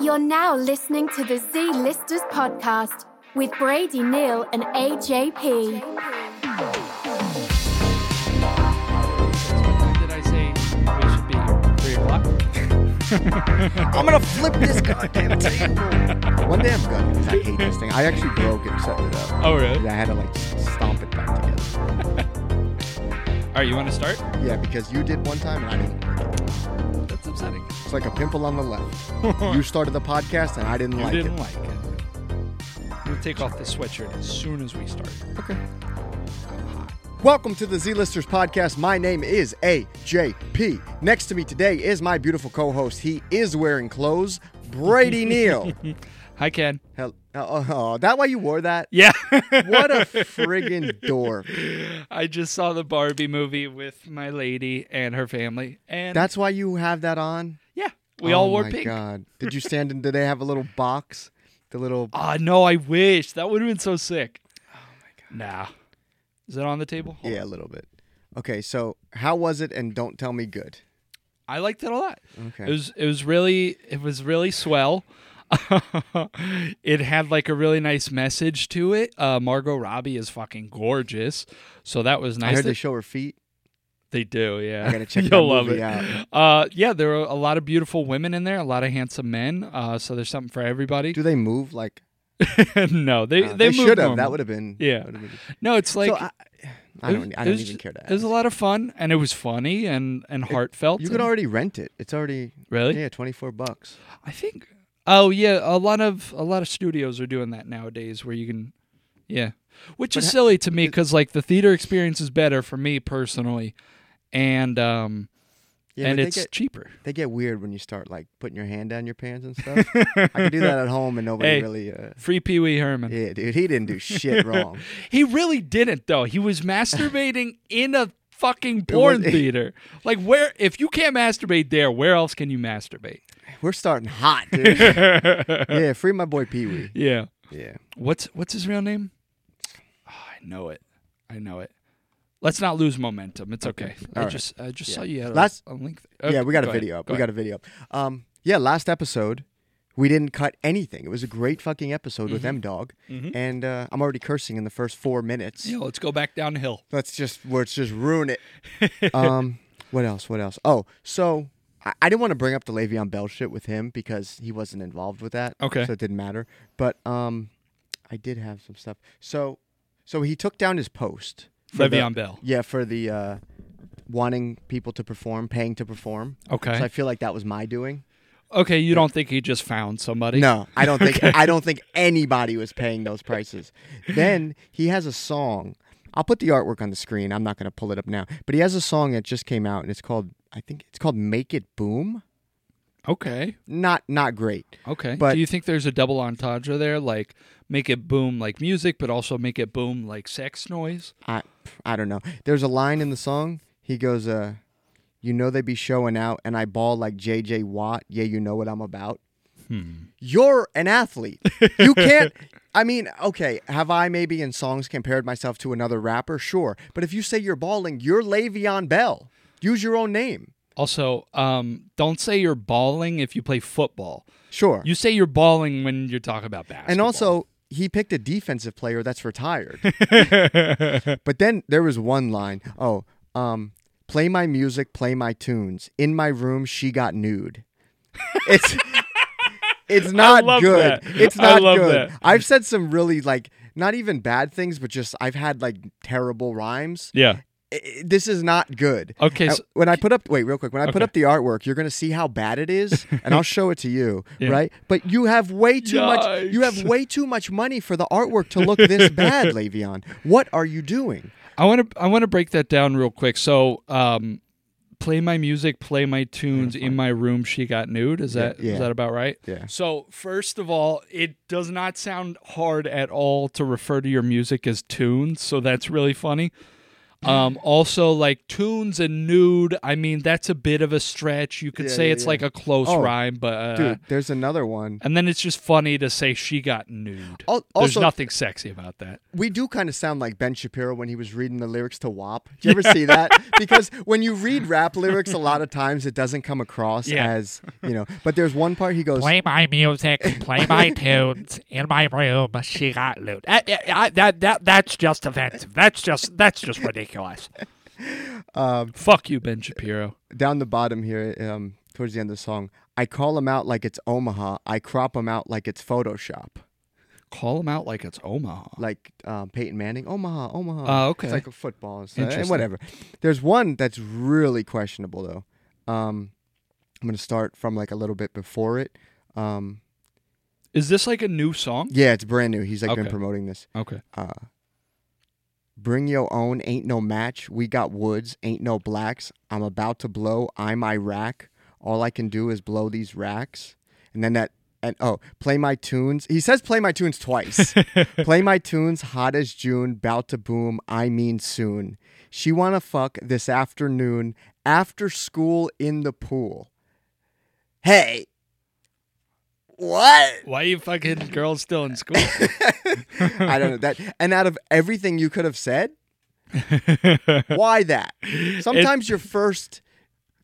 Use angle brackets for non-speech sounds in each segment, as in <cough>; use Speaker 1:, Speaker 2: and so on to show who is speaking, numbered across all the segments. Speaker 1: You're now listening to the Z Listers podcast with Brady Neal and AJP.
Speaker 2: What did I say? We should be here. Three o'clock.
Speaker 3: I'm gonna flip this goddamn table. One day I'm gonna. 'cause I hate this thing. I actually broke it and set it up.
Speaker 2: Oh, really?
Speaker 3: And I had to like stomp it back together.
Speaker 2: All right, you want to start?
Speaker 3: Yeah, because you did one time and I didn't break it.
Speaker 2: That's upsetting.
Speaker 3: It's like a pimple on the left. you started the podcast and I didn't
Speaker 2: You
Speaker 3: like
Speaker 2: didn't
Speaker 3: it.
Speaker 2: like it. We'll take off the sweatshirt as soon as we start.
Speaker 3: Welcome to the Z Listers podcast. My name is AJP. Next to me today is my beautiful co-host. He is wearing clothes. Brady Neal.
Speaker 2: Hi, Ken.
Speaker 3: Hell, oh, oh, that why you wore that?
Speaker 2: Yeah.
Speaker 3: What a friggin' dork.
Speaker 2: <laughs> I just saw the Barbie movie with my lady and her family, and
Speaker 3: That's why you have that on.
Speaker 2: yeah, we
Speaker 3: Oh
Speaker 2: all wore
Speaker 3: my
Speaker 2: pink.
Speaker 3: God. Did
Speaker 2: <laughs>
Speaker 3: you stand in? Did they have a little box? The little.
Speaker 2: Ah, no, I wish that would have been so sick. Oh my god. Nah. Is it on the table? Hold
Speaker 3: Yeah,
Speaker 2: on.
Speaker 3: a little bit. Okay, so how was it? And don't tell me good.
Speaker 2: I liked it a lot.
Speaker 3: Okay.
Speaker 2: It was it was really it was really swell. <laughs> it had like a really nice message to it. Uh, Margot Robbie is fucking gorgeous, so that was
Speaker 3: I
Speaker 2: nice.
Speaker 3: heard they
Speaker 2: that-
Speaker 3: show her feet.
Speaker 2: they do, yeah.
Speaker 3: I
Speaker 2: <laughs>
Speaker 3: gotta check
Speaker 2: You'll
Speaker 3: that
Speaker 2: love
Speaker 3: movie
Speaker 2: it.
Speaker 3: out.
Speaker 2: Uh, yeah, there were a lot of beautiful women in there, a lot of handsome men. Uh, so there's something for everybody.
Speaker 3: Do they move like?
Speaker 2: <laughs> no, they
Speaker 3: uh,
Speaker 2: they, moved
Speaker 3: should have.
Speaker 2: normal.
Speaker 3: That would have been.
Speaker 2: Yeah.
Speaker 3: would've been-
Speaker 2: No, it's like
Speaker 3: so I, I
Speaker 2: it
Speaker 3: don't.
Speaker 2: was-
Speaker 3: I
Speaker 2: it
Speaker 3: don't
Speaker 2: was
Speaker 3: even
Speaker 2: ju-
Speaker 3: care to.
Speaker 2: It was a
Speaker 3: ask.
Speaker 2: lot of fun, and it was funny and and heartfelt.
Speaker 3: You could
Speaker 2: and-
Speaker 3: already rent it. It's already.
Speaker 2: Really?
Speaker 3: Yeah, twenty four bucks.
Speaker 2: I think. Oh yeah, a lot of a lot of studios are doing that nowadays, where you can, yeah, which is silly to me because like the theater experience is better for me personally, and um
Speaker 3: Yeah,
Speaker 2: and
Speaker 3: but
Speaker 2: it's
Speaker 3: they get
Speaker 2: cheaper.
Speaker 3: they get weird when you start like putting your hand down your pants
Speaker 2: <laughs>
Speaker 3: and stuff. I could do that at home and nobody
Speaker 2: Hey.
Speaker 3: really. Uh,
Speaker 2: Free Pee Wee Herman.
Speaker 3: yeah, dude, he didn't do shit wrong.
Speaker 2: <laughs> He really didn't though. He was
Speaker 3: <laughs>
Speaker 2: masturbating in a fucking porn
Speaker 3: was-
Speaker 2: theater. Like where if you can't masturbate there, where else can you masturbate?
Speaker 3: We're starting hot,
Speaker 2: <laughs>
Speaker 3: dude. yeah, free my boy Pee Wee.
Speaker 2: Yeah.
Speaker 3: Yeah.
Speaker 2: What's what's his real name? Oh, I know it. I know it. Let's not lose momentum. It's okay. I
Speaker 3: All right.
Speaker 2: just I just saw you had a-
Speaker 3: Last-
Speaker 2: a, link.
Speaker 3: yeah,
Speaker 2: Okay,
Speaker 3: we got
Speaker 2: go
Speaker 3: a
Speaker 2: ahead.
Speaker 3: video up.
Speaker 2: Go
Speaker 3: we got a video up. Um, yeah, last episode, we didn't cut anything. It was a great fucking episode with
Speaker 2: Mm-hmm.
Speaker 3: M Dog, and uh, I'm already cursing in the first four minutes.
Speaker 2: ahead. Yeah, let's go back down the hill.
Speaker 3: Let's just let's just ruin it. <laughs> um, what else? What else? Oh, so I, I didn't want to bring up the Le'Veon Bell shit with him because he wasn't involved with that.
Speaker 2: Okay.
Speaker 3: so it didn't matter. But um, I did have some stuff. So, so he took down his post. for the-
Speaker 2: Le'Veon Bell.
Speaker 3: Yeah, for the uh, wanting people to perform, paying to perform.
Speaker 2: Okay.
Speaker 3: So I feel like that was my doing.
Speaker 2: Okay, you don't think he just found somebody?
Speaker 3: No, I don't think I don't think anybody was paying those prices. then he has a song. I'll put the artwork on the screen. I'm not going to pull it up now, but he has a song that just came out, and it's called I think it's called "Make It Boom."
Speaker 2: Okay.
Speaker 3: Not not great.
Speaker 2: Okay.
Speaker 3: But-
Speaker 2: Do you think there's a double entendre there, like make it boom like music, but also make it boom like sex noise?
Speaker 3: I I don't know. There's a line in the song. He goes, "Uh, you know they be showing out, and I ball like J.J. Watt. Yeah, you know what I'm about. You're an athlete. You can't. I mean, okay. Have I maybe in songs compared myself to another rapper? Sure, but if you say you're balling, you're Le'Veon Bell. Use your own name.
Speaker 2: Also, um, don't say you're balling if you play football.
Speaker 3: Sure.
Speaker 2: You say you're balling when you're talking about basketball.
Speaker 3: and also, he picked a defensive player
Speaker 2: <laughs>
Speaker 3: that's retired. but then there was one line. Oh, um, play my music, play my tunes. In my room, she got nude.
Speaker 2: <laughs>
Speaker 3: It's it's not
Speaker 2: love that.
Speaker 3: good. It's
Speaker 2: I
Speaker 3: not
Speaker 2: love
Speaker 3: good.
Speaker 2: that.
Speaker 3: I've said some really like not even bad things, but just I've had like terrible rhymes.
Speaker 2: Yeah.
Speaker 3: I- I- this is not good.
Speaker 2: Okay,
Speaker 3: Uh,
Speaker 2: so-
Speaker 3: when I put up, wait, real quick. When I put
Speaker 2: Okay.
Speaker 3: up the artwork, you're gonna see how bad it
Speaker 2: <laughs>
Speaker 3: is, and I'll show it to you,
Speaker 2: Yeah.
Speaker 3: right? But you have way too much. You have
Speaker 2: Yikes.
Speaker 3: way too much money for the artwork to
Speaker 2: <laughs>
Speaker 3: look this bad, Le'Veon. What are you doing?
Speaker 2: I want to I want to break that down real quick. So, um, play my music, play my tunes in my room. She got nude. Is that is
Speaker 3: yeah.
Speaker 2: that about right?
Speaker 3: Yeah.
Speaker 2: So first of all, it does not sound hard at all to refer to your music as tunes. So that's really funny. Um, also, like tunes and nude. I mean, that's a bit of a stretch. You could
Speaker 3: Yeah,
Speaker 2: say
Speaker 3: yeah,
Speaker 2: it's
Speaker 3: yeah.
Speaker 2: like a close
Speaker 3: Oh,
Speaker 2: rhyme, but uh,
Speaker 3: Dude, there's another one.
Speaker 2: and then it's just funny to say she got nude.
Speaker 3: Al-
Speaker 2: There's
Speaker 3: also-
Speaker 2: nothing sexy about that.
Speaker 3: We do kind of sound like Ben Shapiro when he was reading the lyrics to WAP. Did you ever see
Speaker 2: <laughs>
Speaker 3: that? Because when you read rap lyrics, a lot of times it doesn't come across
Speaker 2: Yeah.
Speaker 3: as, you know, but there's one part he goes,
Speaker 4: Play my music,
Speaker 2: <laughs>
Speaker 4: play my tunes in my room. She got loot. I, I, I, that, that, that's just offensive. That's just that's just ridiculous.
Speaker 3: <laughs>
Speaker 2: Fuck you, Ben Shapiro.
Speaker 3: down the bottom here, um, towards the end of the song, I call him out like it's Omaha. I crop him out like it's Photoshop.
Speaker 2: Call him out like it's Omaha.
Speaker 3: Like um, Peyton Manning, Omaha, Omaha.
Speaker 2: Oh, okay.
Speaker 3: It's like a football and, stuff, and
Speaker 2: Interesting.
Speaker 3: whatever. There's one that's really questionable though. Um, I'm gonna start from like a little bit before it. Um,
Speaker 2: Is this like a new song?
Speaker 3: yeah, it's brand new. He's like been
Speaker 2: Okay.
Speaker 3: promoting this.
Speaker 2: Okay.
Speaker 3: Bring your own, ain't no match. We got woods, ain't no blacks. I'm about to blow, I'm Iraq. All I can do is blow these racks. And then that, and oh, play my tunes. He says play my tunes twice. play my tunes, hot as June, bout to boom, I mean soon. She wanna fuck this afternoon, after school in the pool. Hey, what?
Speaker 2: Why you fucking girls still in <laughs> school?
Speaker 3: I don't know that. And out of everything you could have said, why <laughs> that? Sometimes your first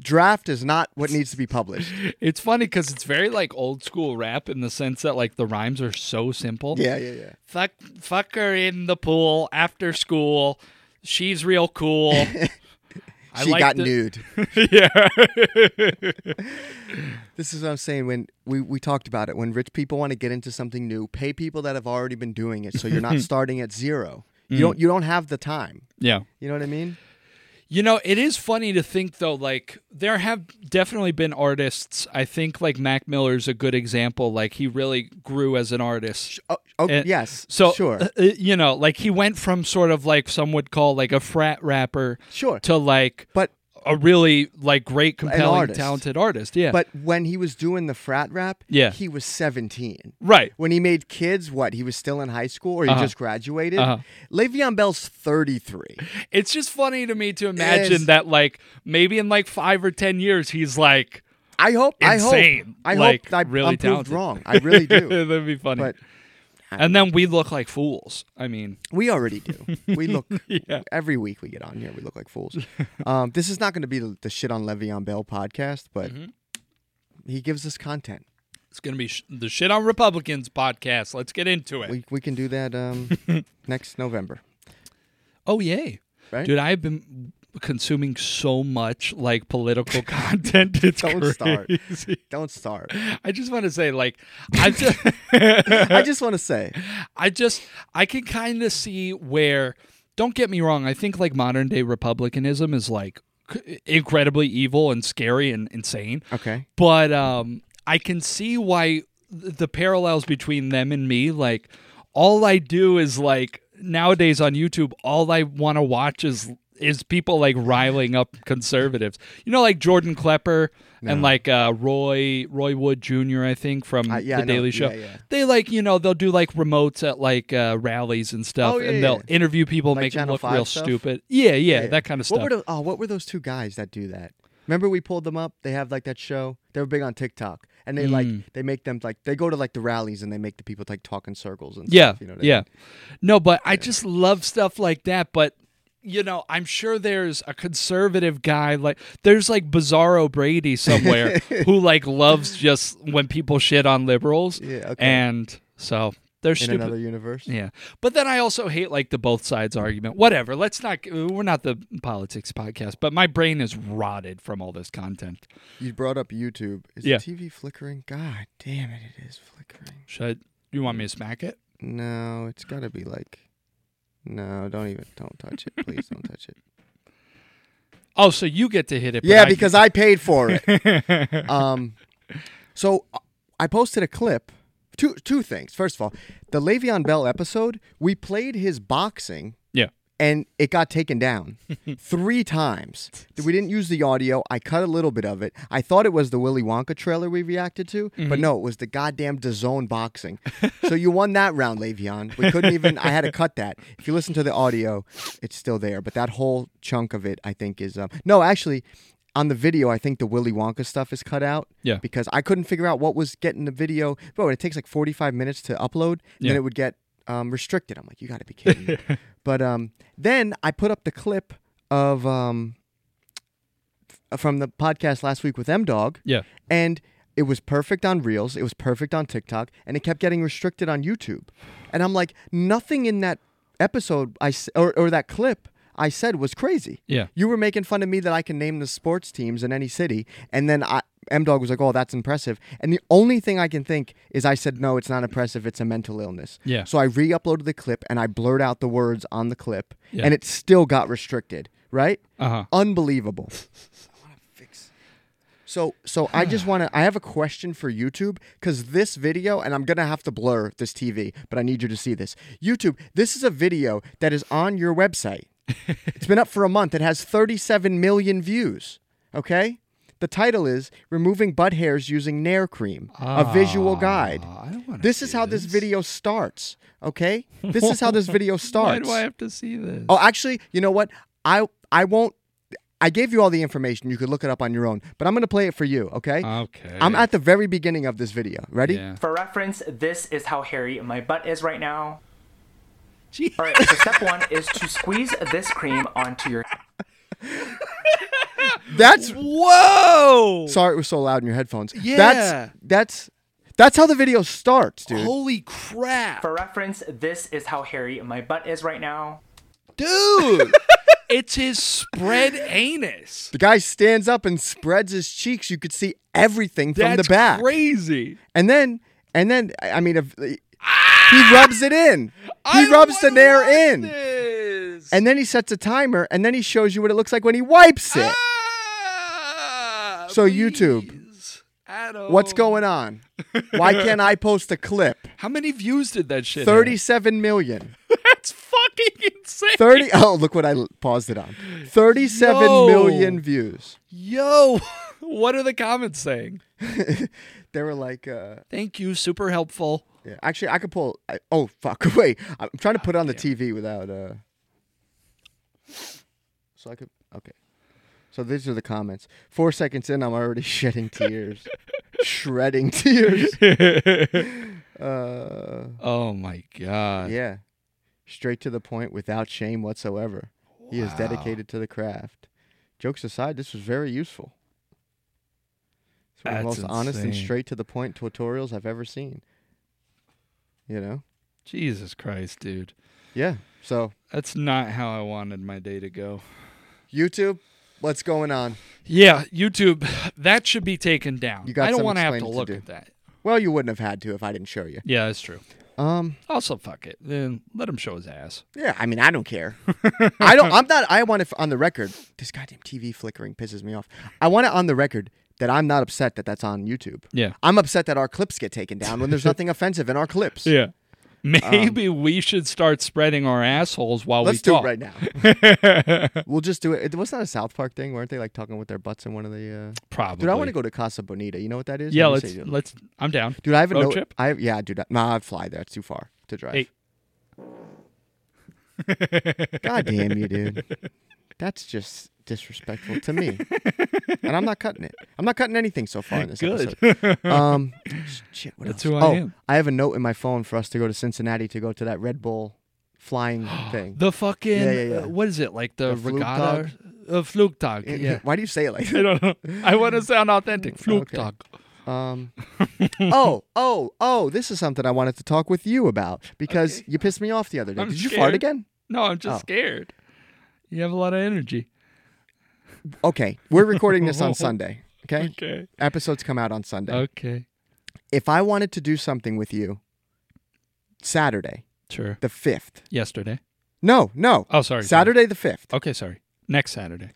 Speaker 3: draft is not what needs to be published.
Speaker 2: it's funny because it's very like old school rap in the sense that like the rhymes are so simple.
Speaker 3: <laughs> Yeah, yeah, yeah.
Speaker 2: Fuck, fuck her in the pool after school. She's real <laughs> cool. I
Speaker 3: she
Speaker 2: like
Speaker 3: got
Speaker 2: the-
Speaker 3: nude.
Speaker 2: <laughs> yeah.
Speaker 3: This is what I'm saying. When we, we talked about it, when rich people want to get into something new, pay people that have already been doing it, so you're <laughs> not starting at zero. You don't you don't have the time.
Speaker 2: <laughs> yeah.
Speaker 3: You know what I mean?
Speaker 2: You know, it is funny to think though, like there have definitely been artists. I think like Mac Miller's a good example. Like he really grew as an artist.
Speaker 3: Oh, oh
Speaker 2: And
Speaker 3: yes.
Speaker 2: So
Speaker 3: sure,
Speaker 2: uh, uh, you know, like he went from sort of like some would call like a frat rapper
Speaker 3: sure.
Speaker 2: to like
Speaker 3: But
Speaker 2: a really like great, compelling,
Speaker 3: artist.
Speaker 2: talented artist. Yeah.
Speaker 3: but when he was doing the frat rap,
Speaker 2: Yeah.
Speaker 3: he was 17.
Speaker 2: right.
Speaker 3: when he made kids what he was still in high school or he just graduated
Speaker 2: Uh-huh.
Speaker 3: Le'Veon Bell's 33
Speaker 2: It's just funny to me to imagine
Speaker 3: is.
Speaker 2: that like maybe in like five or ten years he's
Speaker 3: <laughs>
Speaker 2: like
Speaker 3: I hope
Speaker 2: Insane.
Speaker 3: I hope I
Speaker 2: Like,
Speaker 3: hope I,
Speaker 2: really
Speaker 3: I'm proved
Speaker 2: talented.
Speaker 3: wrong I really do
Speaker 2: <laughs> that'd be funny.
Speaker 3: But-
Speaker 2: and then we look like fools. I mean,
Speaker 3: we already do we look
Speaker 2: <laughs> Yeah.
Speaker 3: every week we get on here we look
Speaker 2: <laughs>
Speaker 3: like fools um, this is not going to be the, the shit on Le'Veon Bell podcast but
Speaker 2: Mm-hmm.
Speaker 3: he gives us content
Speaker 2: It's gonna be sh- the shit on Republicans podcast. Let's get into it.
Speaker 3: we, we can do
Speaker 2: <laughs>
Speaker 3: that um, next November
Speaker 2: oh yay,
Speaker 3: Right?
Speaker 2: dude! I've been consuming so much like political <laughs> content. It's
Speaker 3: Don't
Speaker 2: crazy.
Speaker 3: start.
Speaker 2: <laughs>
Speaker 3: don't start
Speaker 2: I just want to say, like, I just,
Speaker 3: I just want to say
Speaker 2: <laughs> I just, I can kind of see where. Don't get me wrong. I think like modern day Republicanism is like c- incredibly evil and scary and insane.
Speaker 3: okay
Speaker 2: but um, I can see why th- the parallels between them and me. Like, all I do is like nowadays on YouTube, all I want to watch is is people like riling up conservatives. You know, like Jordan Klepper and like uh, Roy Roy Wood Jr. I think from
Speaker 3: Uh, yeah, I
Speaker 2: the
Speaker 3: know.
Speaker 2: Daily Show.
Speaker 3: Yeah, yeah.
Speaker 2: They like you know they'll do like remotes at like uh, rallies and stuff,
Speaker 3: Oh, yeah,
Speaker 2: and they'll
Speaker 3: yeah.
Speaker 2: interview people,
Speaker 3: Like
Speaker 2: make them
Speaker 3: Channel
Speaker 2: look
Speaker 3: 5
Speaker 2: real
Speaker 3: stuff?
Speaker 2: stupid. Yeah, yeah,
Speaker 3: Yeah.
Speaker 2: that kind of stuff.
Speaker 3: What were those, oh, what were those two guys that do that? Remember we pulled them up? They have like that show. They were big on TikTok, and they
Speaker 2: Mm.
Speaker 3: like they make them like they go to like the rallies and they make the people like talk in circles and
Speaker 2: Yeah.
Speaker 3: stuff, you know what I
Speaker 2: yeah.
Speaker 3: mean?
Speaker 2: No, but I just love stuff like that. But you know, I'm sure there's a conservative guy like there's like Bizarro Brady
Speaker 3: <laughs>
Speaker 2: somewhere who like loves just when people shit on liberals.
Speaker 3: Yeah, okay.
Speaker 2: And so they're
Speaker 3: in
Speaker 2: stupid.
Speaker 3: another universe.
Speaker 2: yeah, but then I also hate like the both sides argument. Whatever. Let's not. We're not the politics podcast, but my brain is rotted from all this content.
Speaker 3: You brought up YouTube. Is
Speaker 2: Yeah.
Speaker 3: the TV flickering? God damn it, it is flickering.
Speaker 2: Should I, you want me to smack it?
Speaker 3: No, it's got to be like. No, don't even don't touch it. Please don't touch it.
Speaker 2: Oh, so you get to hit it? but
Speaker 3: Yeah,
Speaker 2: I- <laughs>
Speaker 3: because I paid for it. um, so uh, I posted a clip. Two two things. First of all, the Le'Veon Bell episode, we played his boxing
Speaker 2: yeah.
Speaker 3: and it got taken down three times. We didn't use the audio. I cut a little bit of it. I thought it was the Willy Wonka trailer we reacted to, but no, it was the goddamn DAZN boxing. so you won that round, Le'Veon. We couldn't even. I had to cut that. If you listen to the audio, it's still there. But that whole chunk of it, I think, is um, no. Actually, on the video, I think the Willy Wonka stuff is cut out.
Speaker 2: Yeah.
Speaker 3: Because I couldn't figure out what was getting the video. Bro, it takes like 45 minutes to upload, and
Speaker 2: Yeah.
Speaker 3: then it would get um, restricted. I'm like, you got to be kidding me.
Speaker 2: <laughs>
Speaker 3: but um, then I put up the clip of um, f- from the podcast last week with M Dog,
Speaker 2: Yeah.
Speaker 3: and it was perfect on Reels, it was perfect on TikTok, and it kept getting restricted on YouTube. And I'm like, nothing in that episode I s- or, or that clip I said was crazy.
Speaker 2: Yeah.
Speaker 3: You were making fun of me that I can name the sports teams in any city, and then I M Dog was like, "Oh, that's impressive." And the only thing I can think is I said, "No, it's not impressive. It's a mental illness."
Speaker 2: Yeah.
Speaker 3: So I re-uploaded the clip and I blurred out the words on the clip,
Speaker 2: Yeah.
Speaker 3: and it still got restricted. Right?
Speaker 2: Uh-huh. <laughs>
Speaker 3: Unbelievable. I want to fix. So, so I just want to. I have a question for YouTube because this video, and I'm gonna have to blur this TV, but I need you to see this. YouTube, this is a video that is on
Speaker 2: <laughs>
Speaker 3: your website. It's been up for a month. It has 37 million views. Okay? The title is Removing Butt Hairs Using Nair Cream, a visual guide.
Speaker 2: Ah, I don't wanna
Speaker 3: This
Speaker 2: see
Speaker 3: is how this
Speaker 2: this.
Speaker 3: video starts.
Speaker 2: <laughs>
Speaker 3: Okay? This is how this video
Speaker 2: Why
Speaker 3: starts.
Speaker 2: do I have to see this?
Speaker 3: Oh, actually, you know what? I I won't I gave you all the information. You could look it up on your own, but I'm going to play it for you, okay?
Speaker 2: okay.
Speaker 3: I'm at the very beginning of this video. Ready?
Speaker 2: yeah.
Speaker 5: For reference, this is how hairy my butt is right now.
Speaker 2: Gee.
Speaker 5: All right, so step one is to squeeze this cream onto your.
Speaker 3: That's
Speaker 2: Whoa!
Speaker 3: Sorry it was so loud in your headphones.
Speaker 2: Yeah.
Speaker 3: That's that's that's how the video starts, dude.
Speaker 2: Holy crap.
Speaker 5: For reference, this is how hairy my butt is right now.
Speaker 2: Dude. it's his spread
Speaker 3: <laughs>
Speaker 2: anus.
Speaker 3: The guy stands up and spreads his cheeks. You could see everything from
Speaker 2: That's
Speaker 3: the back.
Speaker 2: crazy.
Speaker 3: And then, and then, I I mean, if, he rubs it in. He
Speaker 2: Ah! I
Speaker 3: rubs the
Speaker 2: wanna
Speaker 3: nair
Speaker 2: watch
Speaker 3: in.
Speaker 2: this.
Speaker 3: And then he sets a timer, and then he shows you what it looks like when he wipes it.
Speaker 2: Ah,
Speaker 3: So, YouTube,
Speaker 2: please. I don't-
Speaker 3: What's going on? Why can't I post a clip?
Speaker 2: How many views did that shit? have?
Speaker 3: 37 million.
Speaker 2: <laughs> That's fucking insane. <laughs>
Speaker 3: 30 Oh, look what I l- paused it on. Thirty-seven million
Speaker 2: Yo.
Speaker 3: views.
Speaker 2: Yo, <laughs> what are the comments saying?
Speaker 3: They were like, uh,
Speaker 2: Thank you, super <laughs> helpful.
Speaker 3: yeah. actually, I could pull. I, oh, fuck. <laughs> Wait. I'm trying to put it on the TV without. Uh, so I could. Okay. So these are the comments. Four seconds in, I'm already <laughs> shedding tears. Shredding tears. Uh,
Speaker 2: Oh my god.
Speaker 3: yeah. Straight to the point without shame whatsoever. He is dedicated to the craft. Jokes aside, this was very useful. It's one of the most
Speaker 2: That's
Speaker 3: honest and
Speaker 2: insane.
Speaker 3: straight to the point tutorials I've ever seen. You know?
Speaker 2: Jesus Christ, dude.
Speaker 3: Yeah. So,
Speaker 2: That's not how I wanted my day to go.
Speaker 3: YouTube, what's going on?
Speaker 2: Yeah, YouTube, <sighs> that should be taken down.
Speaker 3: You got
Speaker 2: I don't
Speaker 3: some
Speaker 2: wanna have to
Speaker 3: explaining to
Speaker 2: look
Speaker 3: do.
Speaker 2: at that.
Speaker 3: Well, you wouldn't have had to if I didn't show you.
Speaker 2: Yeah, that's true.
Speaker 3: Um,
Speaker 2: Also, fuck it. Then let him show his ass.
Speaker 3: yeah, I mean, I don't care. I don't I'm not I want it on the record. This goddamn TV flickering pisses me off. I want it on the record that I'm not upset that that's on YouTube.
Speaker 2: Yeah.
Speaker 3: I'm upset that our clips get taken down when there's nothing <laughs> offensive in our clips.
Speaker 2: Yeah. Maybe we should start spreading our assholes while
Speaker 3: Um, Let's
Speaker 2: we
Speaker 3: do
Speaker 2: talk.
Speaker 3: it right now.
Speaker 2: <laughs>
Speaker 3: we'll just do it. It was not a South Park thing. Weren't they like talking with their butts in one of the? Uh...
Speaker 2: Probably.
Speaker 3: Dude, I want to go to Casa Bonita. You know what that is?
Speaker 2: Yeah,
Speaker 3: Let me
Speaker 2: let's
Speaker 3: say it.
Speaker 2: let's. I'm down. Oh,
Speaker 3: Dude, I have a
Speaker 2: road
Speaker 3: no.
Speaker 2: trip.
Speaker 3: I yeah, dude. I- Nah, I'd fly there. It's too far to drive.
Speaker 2: Hey.
Speaker 3: <laughs> God damn you, dude.
Speaker 2: <laughs>
Speaker 3: That's just disrespectful to me. and I'm not cutting it. I'm not cutting anything so far in this
Speaker 2: Good.
Speaker 3: episode. Um, shit. What
Speaker 2: That's
Speaker 3: else?
Speaker 2: who I
Speaker 3: oh,
Speaker 2: am.
Speaker 3: I have a note in my phone for us to go to Cincinnati to go to that Red Bull
Speaker 2: <gasps>
Speaker 3: flying thing.
Speaker 2: The fucking
Speaker 3: Yeah, yeah, yeah.
Speaker 2: uh, what is it like the,
Speaker 3: The Flugtag?
Speaker 2: regatta? Uh, Flugtag.
Speaker 3: <laughs>
Speaker 2: Yeah.
Speaker 3: Why do you say it like that?
Speaker 2: I don't know. I want to sound authentic.
Speaker 3: Okay.
Speaker 2: Flugtag. <laughs>
Speaker 3: Um, oh, oh, oh, this is something I wanted to talk with you about because you pissed me off the other day.
Speaker 2: I'm
Speaker 3: Did you fart
Speaker 2: scared.
Speaker 3: again?
Speaker 2: No, I'm just
Speaker 3: Oh.
Speaker 2: scared. You have a lot of energy.
Speaker 3: Okay, we're recording
Speaker 2: <laughs>
Speaker 3: this on Sunday. Okay?
Speaker 2: Okay.
Speaker 3: Episodes come out on Sunday.
Speaker 2: Okay.
Speaker 3: If I wanted to do something with you Saturday,
Speaker 2: Sure.
Speaker 3: the 5th.
Speaker 2: Yesterday.
Speaker 3: No, no.
Speaker 2: Oh, sorry. sorry.
Speaker 3: Saturday the 5th.
Speaker 2: Okay, sorry. Next Saturday.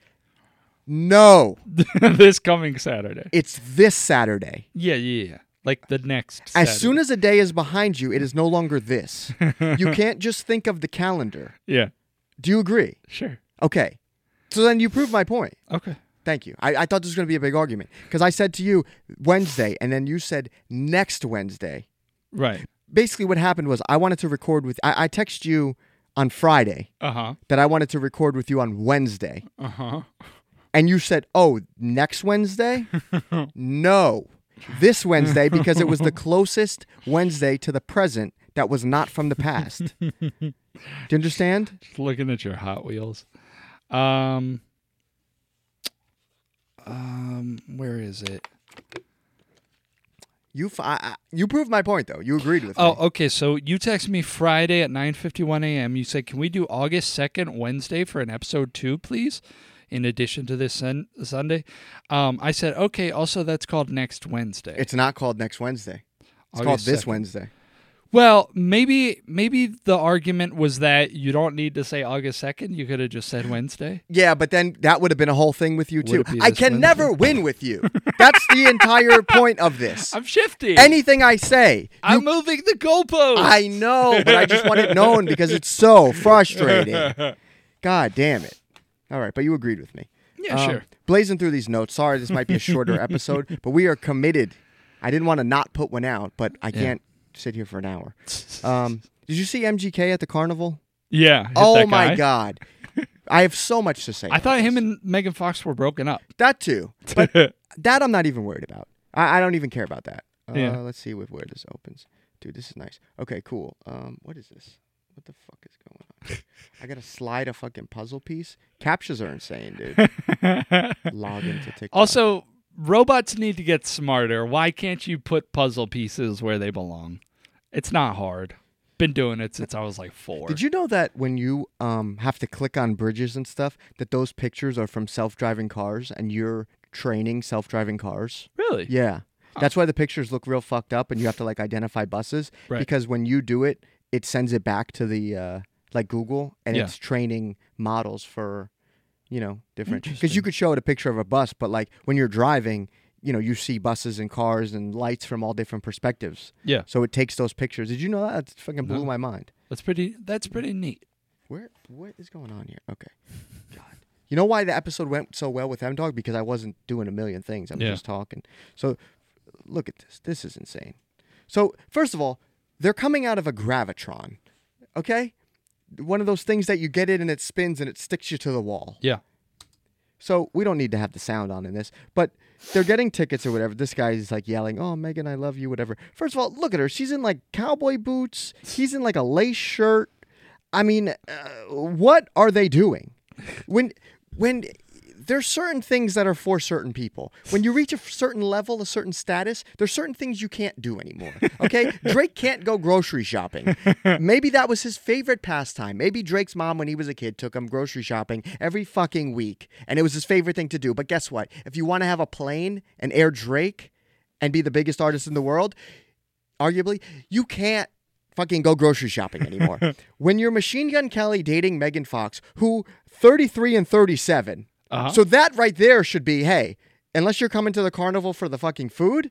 Speaker 3: No,
Speaker 2: <laughs> this coming Saturday.
Speaker 3: it's this Saturday.
Speaker 2: Yeah, yeah, yeah. Like the next.
Speaker 3: As soon as
Speaker 2: <laughs>
Speaker 3: a day is behind you, it is no longer this. you can't just think of the calendar.
Speaker 2: Yeah.
Speaker 3: Do you agree?
Speaker 2: Sure.
Speaker 3: Okay. So then you proved my point.
Speaker 2: Okay.
Speaker 3: Thank you. I, I thought this was going to be a big argument because I said to you Wednesday, and then you said next Wednesday.
Speaker 2: Right.
Speaker 3: Basically, what happened was I wanted to record with. I, I texted you on Friday
Speaker 2: Uh huh.
Speaker 3: that I wanted to record with you on Wednesday,
Speaker 2: Uh huh.
Speaker 3: and you said, "Oh, next
Speaker 2: <laughs>
Speaker 3: Wednesday? no, this Wednesday because it was the closest Wednesday to the present that was not from the
Speaker 2: <laughs>
Speaker 3: past." Do you understand?
Speaker 2: Just looking at your Hot Wheels. Um. Um. Where is it?
Speaker 3: You f- I, I- you proved my point though. You agreed with me.
Speaker 2: Oh, okay. So you text me Friday at 9:51 a.m. You said, "Can we do August 2nd, Wednesday for an episode 2, please?" In addition to this sun- Sunday. Um, I said, "Okay, also that's called next Wednesday."
Speaker 3: It's not called next Wednesday. It's called
Speaker 2: August
Speaker 3: this
Speaker 2: 2nd.
Speaker 3: Wednesday.
Speaker 2: Well, maybe maybe the argument was that you don't need to say August 2nd. You could have just said Wednesday.
Speaker 3: Yeah, but then that would have been a whole thing with you too.
Speaker 2: Would it be
Speaker 3: I
Speaker 2: this
Speaker 3: can
Speaker 2: Wednesday?
Speaker 3: never win
Speaker 2: <laughs>
Speaker 3: with you. That's the entire point of this.
Speaker 2: I'm shifting.
Speaker 3: Anything I say,
Speaker 2: I'm moving the goalpost.
Speaker 3: I know, but I just want it known because it's so frustrating. God damn it. All right, but you agreed with me.
Speaker 2: Yeah,
Speaker 3: Um,
Speaker 2: sure.
Speaker 3: Blazing through these notes. Sorry, this might be a
Speaker 2: <laughs>
Speaker 3: shorter episode, but we are committed. I didn't want to not put one out, but I can't sit here for an hour. Um, did you see MGK at the carnival?
Speaker 2: Yeah. hit
Speaker 3: oh
Speaker 2: that
Speaker 3: my
Speaker 2: guy.
Speaker 3: God. I have so much to say.
Speaker 2: I
Speaker 3: about
Speaker 2: thought
Speaker 3: this.
Speaker 2: him and Megan Fox were broken up.
Speaker 3: That too.
Speaker 2: <laughs>
Speaker 3: But that I'm not even worried about. I, I don't even care about that. Uh,
Speaker 2: Yeah.
Speaker 3: Let's see with where this opens. Dude, this is nice. Okay, cool. Um, what is this? What the fuck is going on?
Speaker 2: <laughs>
Speaker 3: I gotta slide a fucking puzzle piece. Captures are insane,
Speaker 2: <laughs>
Speaker 3: dude. Log into TikTok.
Speaker 2: Also, robots need to get smarter. Why can't you put puzzle pieces where they belong? It's not hard. Been doing it since I was like four.
Speaker 3: did you know that when you um have to click on bridges and stuff, that those pictures are from self-driving cars, and you're training self-driving cars?
Speaker 2: really?
Speaker 3: Yeah.
Speaker 2: Uh,
Speaker 3: That's why the pictures look real fucked up and you have to like identify buses
Speaker 2: Right.
Speaker 3: because when you do it, it sends it back to the uh like Google and
Speaker 2: Yeah.
Speaker 3: it's training models for you know, different because you could show it a picture of a bus, but like when you're driving, you know, you see buses and cars and lights from all different perspectives.
Speaker 2: Yeah.
Speaker 3: So it takes those pictures. Did you know that? It fucking blew my mind.
Speaker 2: That's pretty. That's pretty neat.
Speaker 3: Where what is going on here? Okay. God. You know why the episode went so well with M Dog? Because I wasn't doing a million things. I was
Speaker 2: Yeah.
Speaker 3: just talking. So look at this. This is insane. So first of all, they're coming out of a gravitron. Okay? One of those things that you get in and it spins and it sticks you to the wall.
Speaker 2: Yeah.
Speaker 3: So we don't need to have the sound on in this, but they're getting tickets or whatever. This guy is like yelling, "Oh, Megan, I love you," whatever. First of all, look at her. She's in like cowboy boots. He's in like a lace shirt. I mean, uh, what are they doing? When when there's certain things that are for certain people. When you reach a certain level, a certain status, there's certain things you can't do anymore. Okay? Drake can't go grocery shopping. Maybe that was his favorite pastime. Maybe Drake's mom when he was a kid took him grocery shopping every fucking week and it was his favorite thing to do. But guess what? If you want to have a plane and air Drake and be the biggest artist in the world, arguably, you can't fucking go grocery shopping anymore. when you're Machine Gun Kelly dating Megan Fox, who 33 and 37.
Speaker 2: Uh-huh.
Speaker 3: So that right there should be, hey, unless you're coming to the carnival for the fucking food,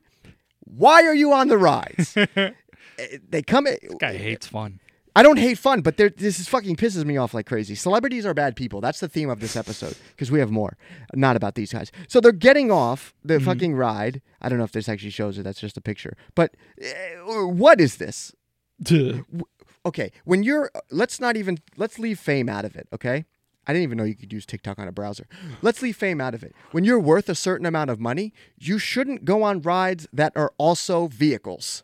Speaker 3: why are you on the rides? Eh, they come eh,
Speaker 2: Guy hates fun.
Speaker 3: <laughs> I don't hate fun, but there- this is fucking pisses me off like crazy. Celebrities are bad people. That's the theme of this episode because we have more, not about these guys. So they're getting off the fucking ride. I don't know if this actually shows it. That's just a picture. But eh, what is this? Okay, when you're, let's not even let's leave fame out of it. Okay, I didn't even know you could use TikTok on
Speaker 2: <gasps>
Speaker 3: a browser. Let's leave fame out of it. When you're worth a certain amount of money, you shouldn't go on rides that are
Speaker 2: <laughs>
Speaker 3: also vehicles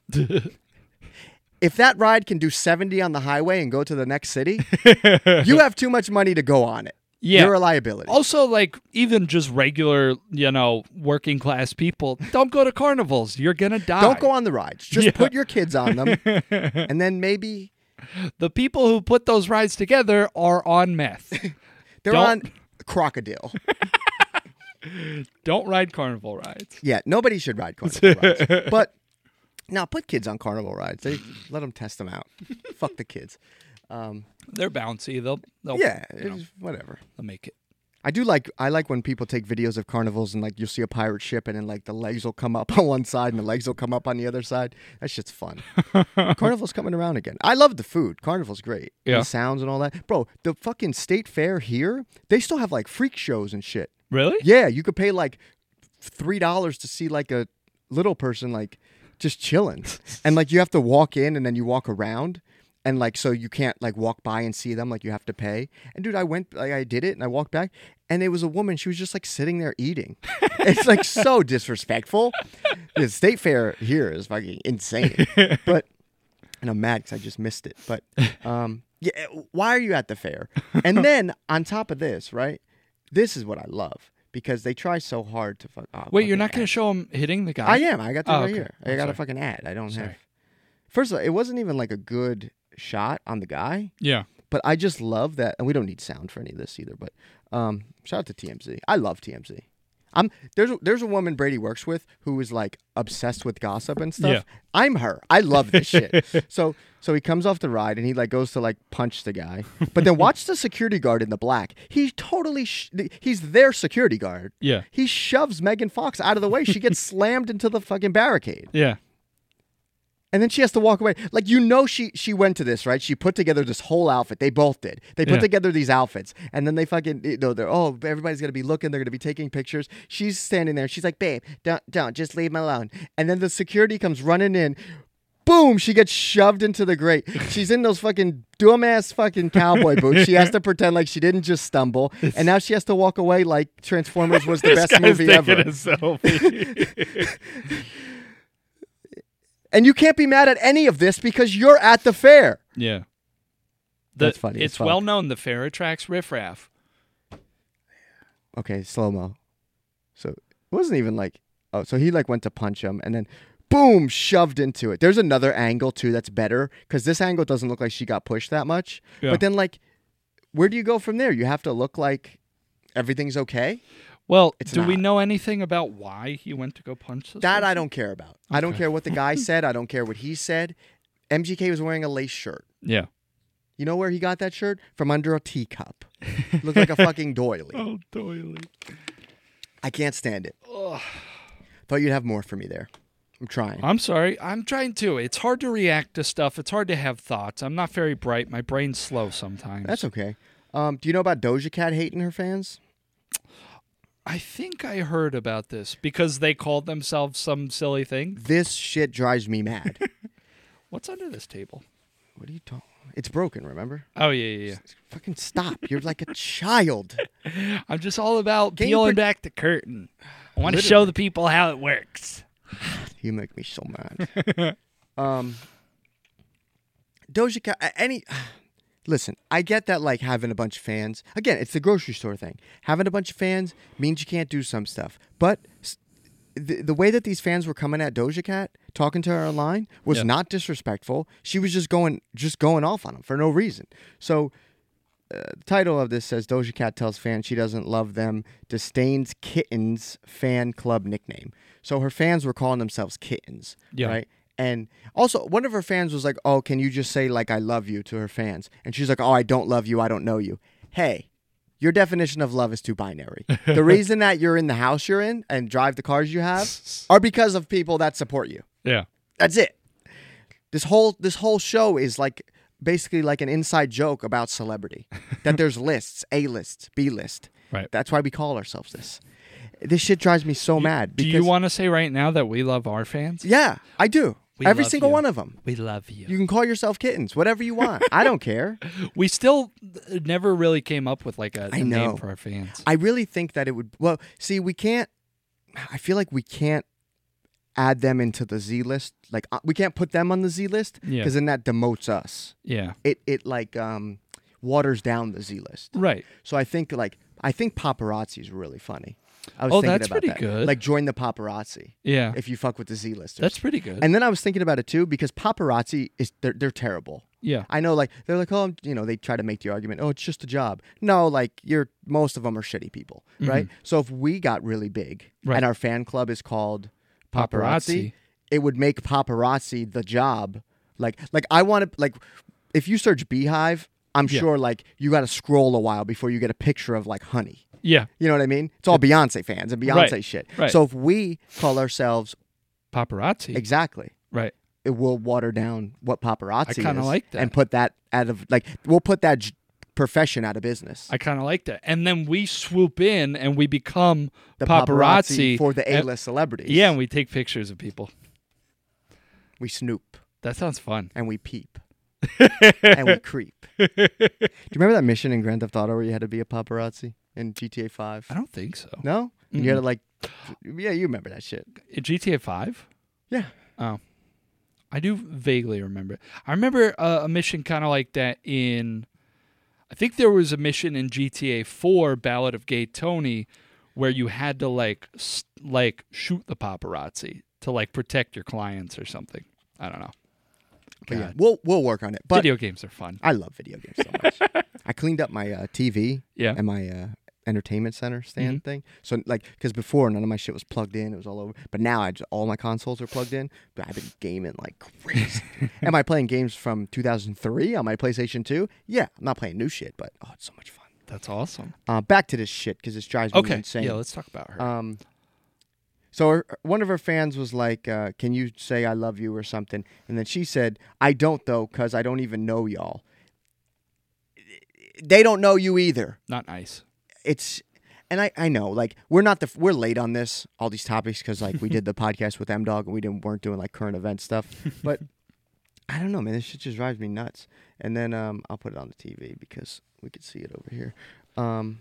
Speaker 3: if that ride can do 70 on the highway and go to the next city,
Speaker 2: <laughs>
Speaker 3: you have too much money to go on it.
Speaker 2: Yeah.
Speaker 3: You're a liability.
Speaker 2: Also, like even just regular, you know, working class people don't go to carnivals. You're gonna die.
Speaker 3: Don't go on the rides. Just
Speaker 2: Yeah.
Speaker 3: put your kids
Speaker 2: <laughs>
Speaker 3: on them. and then maybe
Speaker 2: The people who put those rides together are on meth.
Speaker 3: <laughs> they're
Speaker 2: Don't-
Speaker 3: on crocodile.
Speaker 2: don't ride carnival rides.
Speaker 3: Yeah, nobody should ride carnival
Speaker 2: <laughs>
Speaker 3: rides. But now put kids on carnival rides. They let them test them out. <laughs> Fuck the kids.
Speaker 2: They're bouncy. They'll. they'll
Speaker 3: Yeah,
Speaker 2: you know,
Speaker 3: it's- whatever.
Speaker 2: they'll make it.
Speaker 3: I do like I like when people take videos of carnivals and like you'll see a pirate ship and then like the legs will come up <laughs> on one side and the legs will come up on the other side. That
Speaker 2: <laughs>
Speaker 3: shit's fun. Carnival's coming around again. I love the food. Carnival's great.
Speaker 2: Yeah.
Speaker 3: The sounds and all that. Bro, the fucking state fair here, they still have like freak shows and shit.
Speaker 2: Really?
Speaker 3: Yeah, you could pay like three dollars to see like a little person like just chilling, and like you have to walk in and then you walk around, and like so you can't like walk by and see them like you have to pay. And dude, I went, like, I did it, and I walked back, and it was a woman. She was just like sitting there eating. it's like so disrespectful. The state fair here is fucking insane, but and I'm mad because I just missed it.
Speaker 2: <laughs>
Speaker 3: But um, yeah, why are you at the fair? And then on top of this, right? This is what I love because they try so hard to fuck. Oh,
Speaker 2: Wait, you're
Speaker 3: fucking
Speaker 2: not gonna
Speaker 3: ad.
Speaker 2: show him hitting the guy?
Speaker 3: I am. I got that
Speaker 2: Oh,
Speaker 3: right
Speaker 2: okay.
Speaker 3: here. I
Speaker 2: I'm
Speaker 3: got
Speaker 2: sorry.
Speaker 3: a fucking ad. I don't
Speaker 2: Sorry.
Speaker 3: have. First of all, it wasn't even like a good shot on the guy,
Speaker 2: Yeah.
Speaker 3: but I just love that. And we don't need sound for any of this either. But um, shout out to TMZ. I love TMZ. I'm there's a, there's a woman Brady works with who is like obsessed with gossip and stuff.
Speaker 2: Yeah.
Speaker 3: I'm her. I love
Speaker 2: <laughs>
Speaker 3: this shit. So so he comes off the ride and he like goes to like punch the guy, but then watch the security guard in the black. He totally sh- he's their security guard.
Speaker 2: Yeah.
Speaker 3: He shoves Megan Fox out of the way.
Speaker 2: <laughs>
Speaker 3: She gets slammed into the fucking barricade.
Speaker 2: Yeah.
Speaker 3: And then she has to walk away. Like you know she she went to this, right? She put together this whole outfit. They both did. They put
Speaker 2: Yeah.
Speaker 3: together these outfits. And then they fucking you know, they're oh, everybody's gonna be looking, they're gonna be taking pictures. She's standing there, she's like, babe, don't don't, just leave him alone. And then the security comes running in. Boom, she gets shoved into the grate. She's in those fucking dumbass fucking cowboy boots. She
Speaker 2: <laughs>
Speaker 3: has to pretend like she didn't just stumble. And now she has to walk away like Transformers was the best movie ever.
Speaker 2: <laughs>
Speaker 3: And you can't be mad at any of this because you're at the fair.
Speaker 2: Yeah.
Speaker 3: That's funny as
Speaker 2: It's
Speaker 3: fuck.
Speaker 2: well known the fair attracts riffraff.
Speaker 3: Okay, slow mo. So it wasn't even like oh, so he like went to punch him and then boom, shoved into it. There's another angle too that's better because this angle doesn't look like she got pushed that much.
Speaker 2: Yeah.
Speaker 3: But then like, where do you go from there? You have to look like everything's okay.
Speaker 2: Well,
Speaker 3: It's
Speaker 2: do we
Speaker 3: not.
Speaker 2: know anything about why he went to go punch this?
Speaker 3: That
Speaker 2: person?
Speaker 3: I don't care about. I don't
Speaker 2: Okay.
Speaker 3: care what
Speaker 2: <laughs>
Speaker 3: the guy said. I don't care what he said. MGK was wearing a lace shirt.
Speaker 2: Yeah.
Speaker 3: You know where he got that shirt? From under a teacup.
Speaker 2: <laughs>
Speaker 3: Looked like a fucking doily.
Speaker 2: Oh, doily.
Speaker 3: I can't stand it. Thought you'd have more for me there. I'm trying.
Speaker 2: I'm sorry. I'm trying to. It's hard to react to stuff. It's hard to have thoughts. I'm not very bright. My brain's slow sometimes.
Speaker 3: That's okay. Um, do you know about Doja Cat hating her fans?
Speaker 2: I think I heard about this because they called themselves some silly thing.
Speaker 3: This shit drives me mad.
Speaker 2: What's under this table?
Speaker 3: what are you talking? It's broken. Remember?
Speaker 2: Oh yeah, yeah,
Speaker 3: Fucking stop! You're like a child.
Speaker 2: yeah. I'm just all about
Speaker 3: Can you
Speaker 2: peeling
Speaker 3: pre-
Speaker 2: back the curtain. I want to show the people how it works.
Speaker 3: You make me so mad. um, Doja Cat. a- Any. <sighs> Listen, I get that like having a bunch of fans. Again, it's the grocery store thing. Having a bunch of fans means you can't do some stuff. But s- the, the way that these fans were coming at Doja Cat, talking to her online, was
Speaker 2: Yeah.
Speaker 3: not disrespectful. She was just going just going off on them for no reason. So uh, the title of this says Doja Cat tells fans she doesn't love them, disdains kittens fan club nickname. So her fans were calling themselves kittens,
Speaker 2: Yeah.
Speaker 3: right? And also, one of her fans was like, "Oh, can you just say like I love you to her fans?" And she's like, "Oh, I don't love you. I don't know you." Hey, your definition of love is too binary.
Speaker 2: <laughs>
Speaker 3: the reason that you're in the house you're in and drive the cars you have are because of people that support you.
Speaker 2: Yeah.
Speaker 3: That's it. This whole this whole show is like basically like an inside joke about celebrity.
Speaker 2: <laughs>
Speaker 3: that there's lists, A list, B list.
Speaker 2: Right.
Speaker 3: That's why we call ourselves this. This shit drives me so mad.
Speaker 2: Do
Speaker 3: Because,
Speaker 2: you want to say right now that we love our fans?
Speaker 3: Yeah, I do.
Speaker 2: We
Speaker 3: Every
Speaker 2: love
Speaker 3: single
Speaker 2: you.
Speaker 3: one of them.
Speaker 2: We love you.
Speaker 3: You can call yourself kittens, whatever you want. I don't care.
Speaker 2: We still uh, never really came up with like a,
Speaker 3: I
Speaker 2: a name
Speaker 3: know.
Speaker 2: for our fans.
Speaker 3: I really think that it would. Well, see, we can't. I feel like we can't add them into the Z list. Like uh, we can't put them on the Z list
Speaker 2: Yeah.
Speaker 3: because then that demotes us.
Speaker 2: yeah.
Speaker 3: it it like um waters down the Z list.
Speaker 2: Right.
Speaker 3: So I think like I think paparazzi is really funny. I was
Speaker 2: Oh,
Speaker 3: thinking
Speaker 2: that's
Speaker 3: about
Speaker 2: pretty
Speaker 3: that.
Speaker 2: good.
Speaker 3: Like join the paparazzi
Speaker 2: Yeah.
Speaker 3: if you fuck with the Z listers.
Speaker 2: That's pretty good.
Speaker 3: and then I was thinking about it too because paparazzi is they're they're terrible.
Speaker 2: yeah.
Speaker 3: I know like they're like oh I'm- you know they try to make the argument oh it's just a job. No, like you're most of them are shitty people, right? So if we got really big
Speaker 2: Mm-hmm. Right.
Speaker 3: and our fan club is called
Speaker 2: Paparazzi.
Speaker 3: paparazzi, it would make paparazzi the job. Like like I want to like if you search beehive, I'm
Speaker 2: Yeah.
Speaker 3: sure like you got to scroll a while before you get a picture of like honey.
Speaker 2: Yeah.
Speaker 3: You know what I mean? It's all Beyonce fans and Beyonce
Speaker 2: Right,
Speaker 3: shit.
Speaker 2: right.
Speaker 3: So if we call ourselves
Speaker 2: Paparazzi.
Speaker 3: exactly,
Speaker 2: right.
Speaker 3: it will water down what paparazzi
Speaker 2: I kinda
Speaker 3: is
Speaker 2: like that.
Speaker 3: and put that out of like we'll put that j- profession out of business.
Speaker 2: I kind of like that. And then we swoop in and we become
Speaker 3: the
Speaker 2: paparazzi,
Speaker 3: for the
Speaker 2: and-
Speaker 3: A-list celebrities.
Speaker 2: Yeah, and we take pictures of people.
Speaker 3: we snoop
Speaker 2: That sounds fun.
Speaker 3: and
Speaker 2: <laughs>
Speaker 3: we peep and we creep. Do you remember that mission in Grand Theft Auto where you had to be a paparazzi in GTA Five?
Speaker 2: I don't Mm. think so.
Speaker 3: No, And you had to like, yeah, you remember that shit.
Speaker 2: Uh, GTA 5?
Speaker 3: Yeah,
Speaker 2: Oh. I do vaguely remember. it. I remember uh, a mission kind of like that in. I think there was a mission in GTA 4, Ballad of Gay Tony, where you had to like s like shoot the paparazzi to like protect your clients or something. I don't know.
Speaker 3: but yeah,
Speaker 2: God.
Speaker 3: we'll we'll work on it. But
Speaker 2: Video games are fun.
Speaker 3: I love video games so
Speaker 2: <laughs>
Speaker 3: much. I cleaned up my uh, TV
Speaker 2: Yeah. Mm-hmm.
Speaker 3: and my uh, entertainment center stand thing. So like, because before none of my shit was plugged in, it was all over. But now I just, all my consoles are plugged in. But I've been gaming like
Speaker 2: <laughs>
Speaker 3: crazy. Am I playing games from 2003 on my PlayStation 2? Yeah, I'm not playing new shit, but oh, it's so much fun.
Speaker 2: That's awesome.
Speaker 3: Uh, back to this shit because this drives me
Speaker 2: Okay.
Speaker 3: insane.
Speaker 2: Yeah, let's talk about her.
Speaker 3: Um, so her, one of her fans was like, uh, "Can you say I love you or something?" And then she said, "I don't though, cause I don't even know y'all. They don't know you either.
Speaker 2: Not nice.
Speaker 3: It's." And I, I know, like we're not the we're late on this all these topics because like we did the podcast with M Dog and we didn't weren't doing like current event stuff, but I don't know, man, this shit just drives me nuts. And then um, I'll put it on the TV because we could see it over here. Um,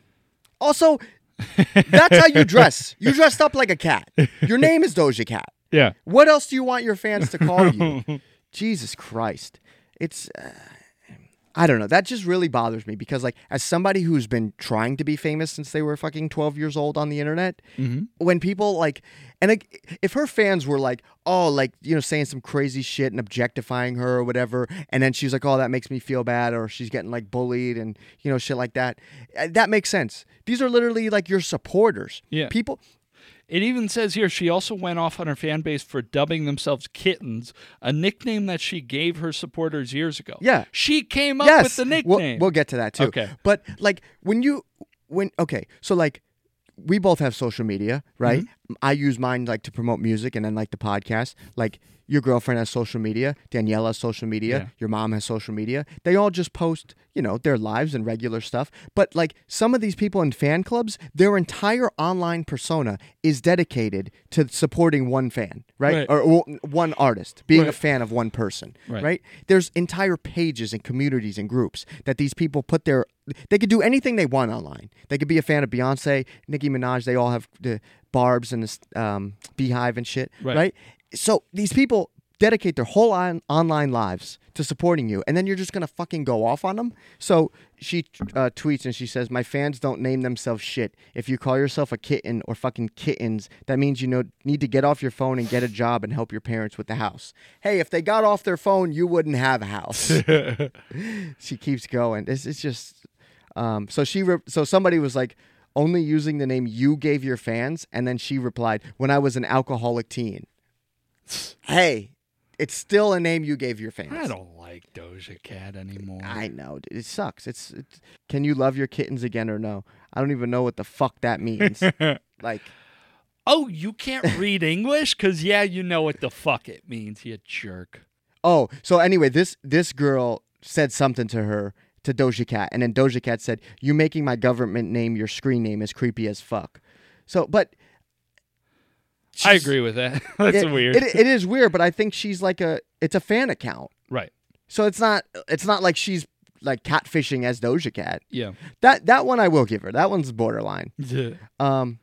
Speaker 3: also, that's how you dress. You dressed up like a cat. Your name is Doja Cat.
Speaker 2: Yeah.
Speaker 3: What else do you want your fans to call you? Jesus Christ. It's uh, I don't know. That just really bothers me because like as somebody who's been trying to be famous since they were fucking 12 years old on the internet, when people like and like if her fans were like, "Oh, like, you know, saying some crazy shit and objectifying her or whatever," and then she's like, "Oh, that makes me feel bad," or she's getting like bullied and, you know, shit like that. uh, That makes sense. These are literally like your supporters.
Speaker 2: Yeah.
Speaker 3: People
Speaker 2: It even says here she also went off on her fan base for dubbing themselves kittens, a nickname that she gave her supporters years ago.
Speaker 3: Yeah.
Speaker 2: She came up with the
Speaker 3: we'll-
Speaker 2: nickname.
Speaker 3: We'll, get to that too.
Speaker 2: Okay.
Speaker 3: But like when you when okay, so like we both have social media, right?
Speaker 2: Mm-hmm.
Speaker 3: I use mine like to promote music and then like the podcast. Like your girlfriend has social media, Daniela has social media,
Speaker 2: Yeah.
Speaker 3: your mom has social media. They all just post, you know, their lives and regular stuff. But like some of these people in fan clubs, their entire online persona is dedicated to supporting one fan,
Speaker 2: Right.
Speaker 3: right? Or, or one artist, being a
Speaker 2: Right.
Speaker 3: fan of one person,
Speaker 2: Right.
Speaker 3: right? There's entire pages and communities and groups that these people put their. They could do anything they want online. They could be a fan of Beyonce, Nicki Minaj. They all have the Barb's and this um, Beehive and shit, right.
Speaker 2: Right.
Speaker 3: So these people dedicate their whole on- online lives to supporting you, and then you're just gonna fucking go off on them. So she uh, tweets and she says, "My fans don't name themselves shit. If you call yourself a kitten or fucking kittens, that means you know need to get off your phone and get a job and help your parents with the house. Hey, if they got off their phone, you wouldn't have a house." she keeps going. It's, it's just um, so she re- so somebody was like only using the name you gave your fans, and then she replied, "When I was an alcoholic teen." hey, it's still a name you gave your fans.
Speaker 2: I don't like Doja Cat anymore.
Speaker 3: I know dude. it sucks. It's, it's can you love your kittens again or no? I don't even know what the fuck that
Speaker 2: <laughs>
Speaker 3: means. like
Speaker 2: oh, you
Speaker 3: <laughs>
Speaker 2: can't read English? Because, yeah, you know what the fuck it means, you jerk.
Speaker 3: Oh, so anyway, this this girl said something to her to Doja Cat, and then Doja Cat said, "You making my government name your screen name is creepy as fuck." So, but
Speaker 2: I agree with that. <laughs> That's
Speaker 3: it-
Speaker 2: weird.
Speaker 3: It, it is weird, but I think she's like a it's a fan account,
Speaker 2: right.
Speaker 3: so it's not it's not like she's like catfishing as Doja Cat. <laughs>
Speaker 2: Yeah.
Speaker 3: That that one I will give her. That one's borderline. Um,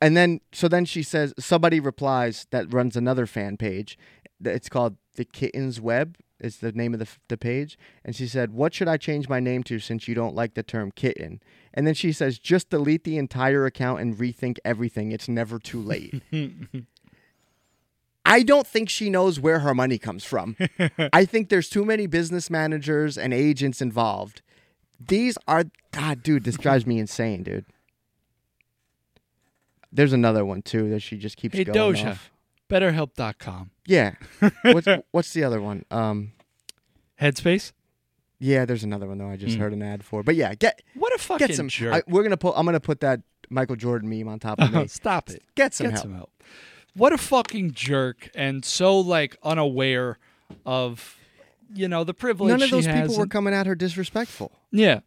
Speaker 3: and then so then she says somebody replies that runs another fan page. that It's called the Kittens Web. Is the name of the, f- the page. And she said, What should I change my name to since you don't like the term kitten? And then she says, Just delete the entire account and rethink everything. It's never too late. I don't think she knows where her money comes from. I think there's too many business managers and agents involved. These are, God, dude, this drives me insane, dude. There's another one too that she just keeps
Speaker 2: Hey,
Speaker 3: going
Speaker 2: Doja.
Speaker 3: off.
Speaker 2: BetterHelp.com.
Speaker 3: <laughs> Yeah. What's, what's the other one? Um,
Speaker 2: Headspace?
Speaker 3: Yeah, there's another one though. I just heard an ad for. But yeah, get
Speaker 2: What a fucking
Speaker 3: get some.
Speaker 2: jerk.
Speaker 3: I, we're gonna put. I'm gonna put that Michael Jordan meme on top
Speaker 2: <laughs>
Speaker 3: of
Speaker 2: Oh,
Speaker 3: me.
Speaker 2: stop it.
Speaker 3: Get some help.
Speaker 2: What a fucking jerk and so like unaware of you know the privilege
Speaker 3: None of
Speaker 2: she
Speaker 3: those
Speaker 2: has
Speaker 3: people were
Speaker 2: and-
Speaker 3: coming at her disrespectful.
Speaker 2: yeah.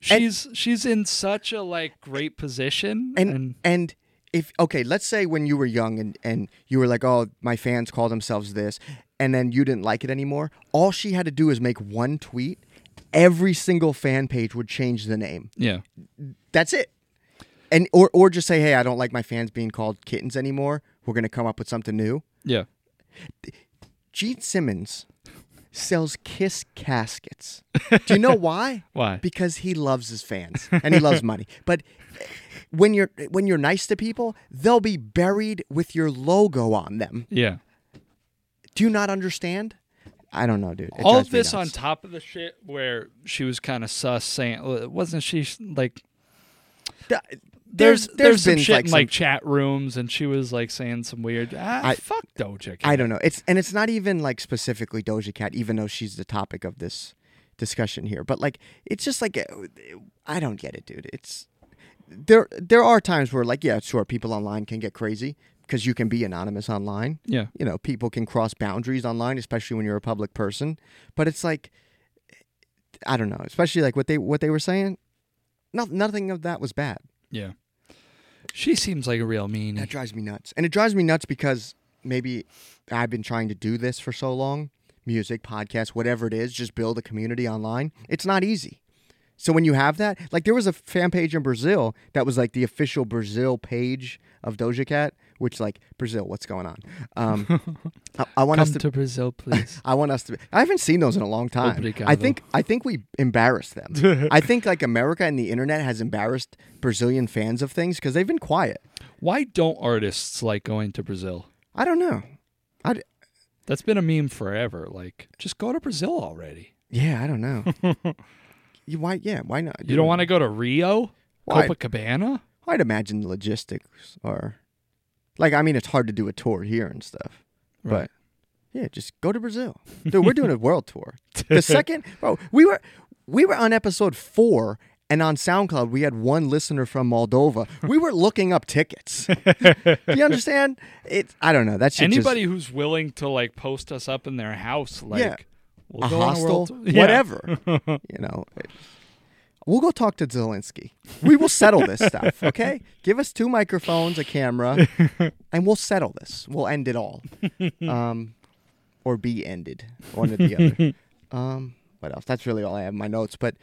Speaker 2: She's she's in such a like great position
Speaker 3: And and, if okay, let's say when you were young and and you were like, oh, my fans call themselves this, and then you didn't like it anymore. All she had to do is make one tweet. Every single fan page would change the name.
Speaker 2: yeah.
Speaker 3: That's it. And or or just say, hey, I don't like my fans being called kittens anymore. We're gonna come up with something new.
Speaker 2: Yeah.
Speaker 3: Gene Simmons sells Kiss caskets. Do you know why?
Speaker 2: Why?
Speaker 3: Because he loves his fans and
Speaker 2: <laughs>
Speaker 3: he loves money. But when you're when you're nice to people, they'll be buried with your logo on them.
Speaker 2: Yeah.
Speaker 3: Do you not understand? I don't know, dude. It
Speaker 2: all
Speaker 3: drives
Speaker 2: of
Speaker 3: me
Speaker 2: this on
Speaker 3: nuts.
Speaker 2: top of the shit where she was kind of sus saying uh, wasn't she like
Speaker 3: Th-
Speaker 2: there's there's, some
Speaker 3: been,
Speaker 2: shit in
Speaker 3: some-
Speaker 2: like chat rooms and she was like saying some weird ah,
Speaker 3: I-
Speaker 2: fuck Doja Cat.
Speaker 3: I don't know. It's and it's not even like specifically Doja Cat, even though she's the topic of this discussion here. But like, it's just like uh, I don't get it, dude. It's there. There are times where like, yeah, sure, people online can get crazy because you can be anonymous online.
Speaker 2: Yeah.
Speaker 3: You know, people can cross boundaries online, especially when you're a public person. But it's like, I don't know. Especially like what they what they were saying. No, nothing of that was bad.
Speaker 2: Yeah. She seems like a real mean.
Speaker 3: That drives me nuts. And it drives me nuts because maybe I've been trying to do this for so long music, podcast, whatever it is, just build a community online. It's not easy. So when you have that, like there was a fan page in Brazil that was like the official Brazil page of Doja Cat, which like Brazil, what's going on? Um, I, I want
Speaker 2: Come
Speaker 3: us to,
Speaker 2: to Brazil,
Speaker 3: <laughs>
Speaker 2: please.
Speaker 3: I want us to. I haven't seen those in a long time.
Speaker 2: Obrigado.
Speaker 3: I think I think we
Speaker 2: <laughs>
Speaker 3: embarrassed them. I think like America and the internet has embarrassed Brazilian fans of things because they've been quiet.
Speaker 2: Why don't artists like going to Brazil?
Speaker 3: I don't know. I
Speaker 2: That's been a meme forever. Like, just go to Brazil already.
Speaker 3: yeah, I don't know.
Speaker 2: <laughs>
Speaker 3: you, why? Yeah, why not?
Speaker 2: You don't want to go to Rio,
Speaker 3: Why?
Speaker 2: Copacabana?
Speaker 3: I'd imagine the logistics are like. I mean, it's hard to do a tour here and stuff.
Speaker 2: Right.
Speaker 3: But yeah, just go to Brazil, dude. We're
Speaker 2: <laughs>
Speaker 3: doing a world tour. The second, oh, we were we were on episode four. And on SoundCloud, we had one listener from Moldova. We were looking up
Speaker 2: <laughs>
Speaker 3: tickets. Do you understand? It's I don't know. That shit just-
Speaker 2: Anybody who's willing to like post us up in their house, like
Speaker 3: Yeah.
Speaker 2: we'll
Speaker 3: a
Speaker 2: go on a
Speaker 3: hostel,
Speaker 2: world tour. <laughs> Yeah.
Speaker 3: whatever. you know, it- we'll go talk to Zelensky. We will
Speaker 2: <laughs>
Speaker 3: settle this stuff. Okay, give us two microphones, a camera, and we'll settle this. We'll end
Speaker 2: <laughs>
Speaker 3: it all, um, or be ended, one or the
Speaker 2: <laughs>
Speaker 3: other. Um, what else? That's really all I have in my notes. But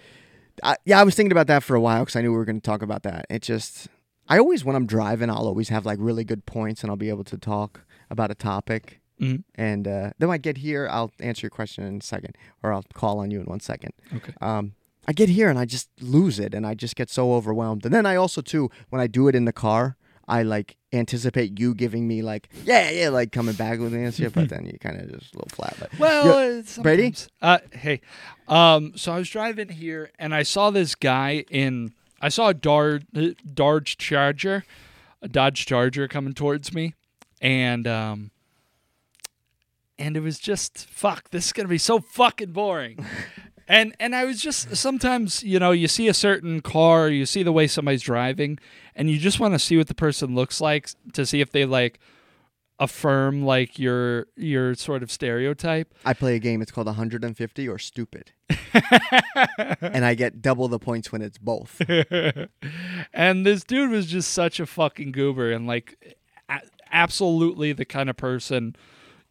Speaker 3: I, yeah, I was thinking about that for a while because I knew we were going to talk about that. It just, I always when I'm driving, I'll always have like really good points, and I'll be able to talk about a topic.
Speaker 2: Mhm.
Speaker 3: And uh, then when I get here, I'll answer your question in a second, or I'll call on you in one second.
Speaker 2: Okay.
Speaker 3: Um, I get here and I just lose it, and I just get so overwhelmed. And then I also too, when I do it in the car, I like anticipate you giving me like, yeah, yeah, like coming back with an answer,
Speaker 2: <laughs>
Speaker 3: but then you kind of just a little flat. But
Speaker 2: Well,
Speaker 3: You're-
Speaker 2: it's
Speaker 3: Brady?
Speaker 2: sometimes- Uh, hey, um, so I was driving here and I saw this guy in. I saw a Dodge, Dodge Charger, a Dodge Charger coming towards me, and um, and it was just fuck. This is gonna be so fucking boring. And and I was just sometimes you know you see a certain car, you see the way somebody's driving, and you just want to see what the person looks like to see if they like affirm like your your sort of stereotype.
Speaker 3: I play a game. It's called 150
Speaker 2: <laughs>
Speaker 3: or stupid, and I get double the points when
Speaker 2: <laughs>
Speaker 3: it's both.
Speaker 2: and this dude was just such a fucking goober and like a- absolutely the kind of person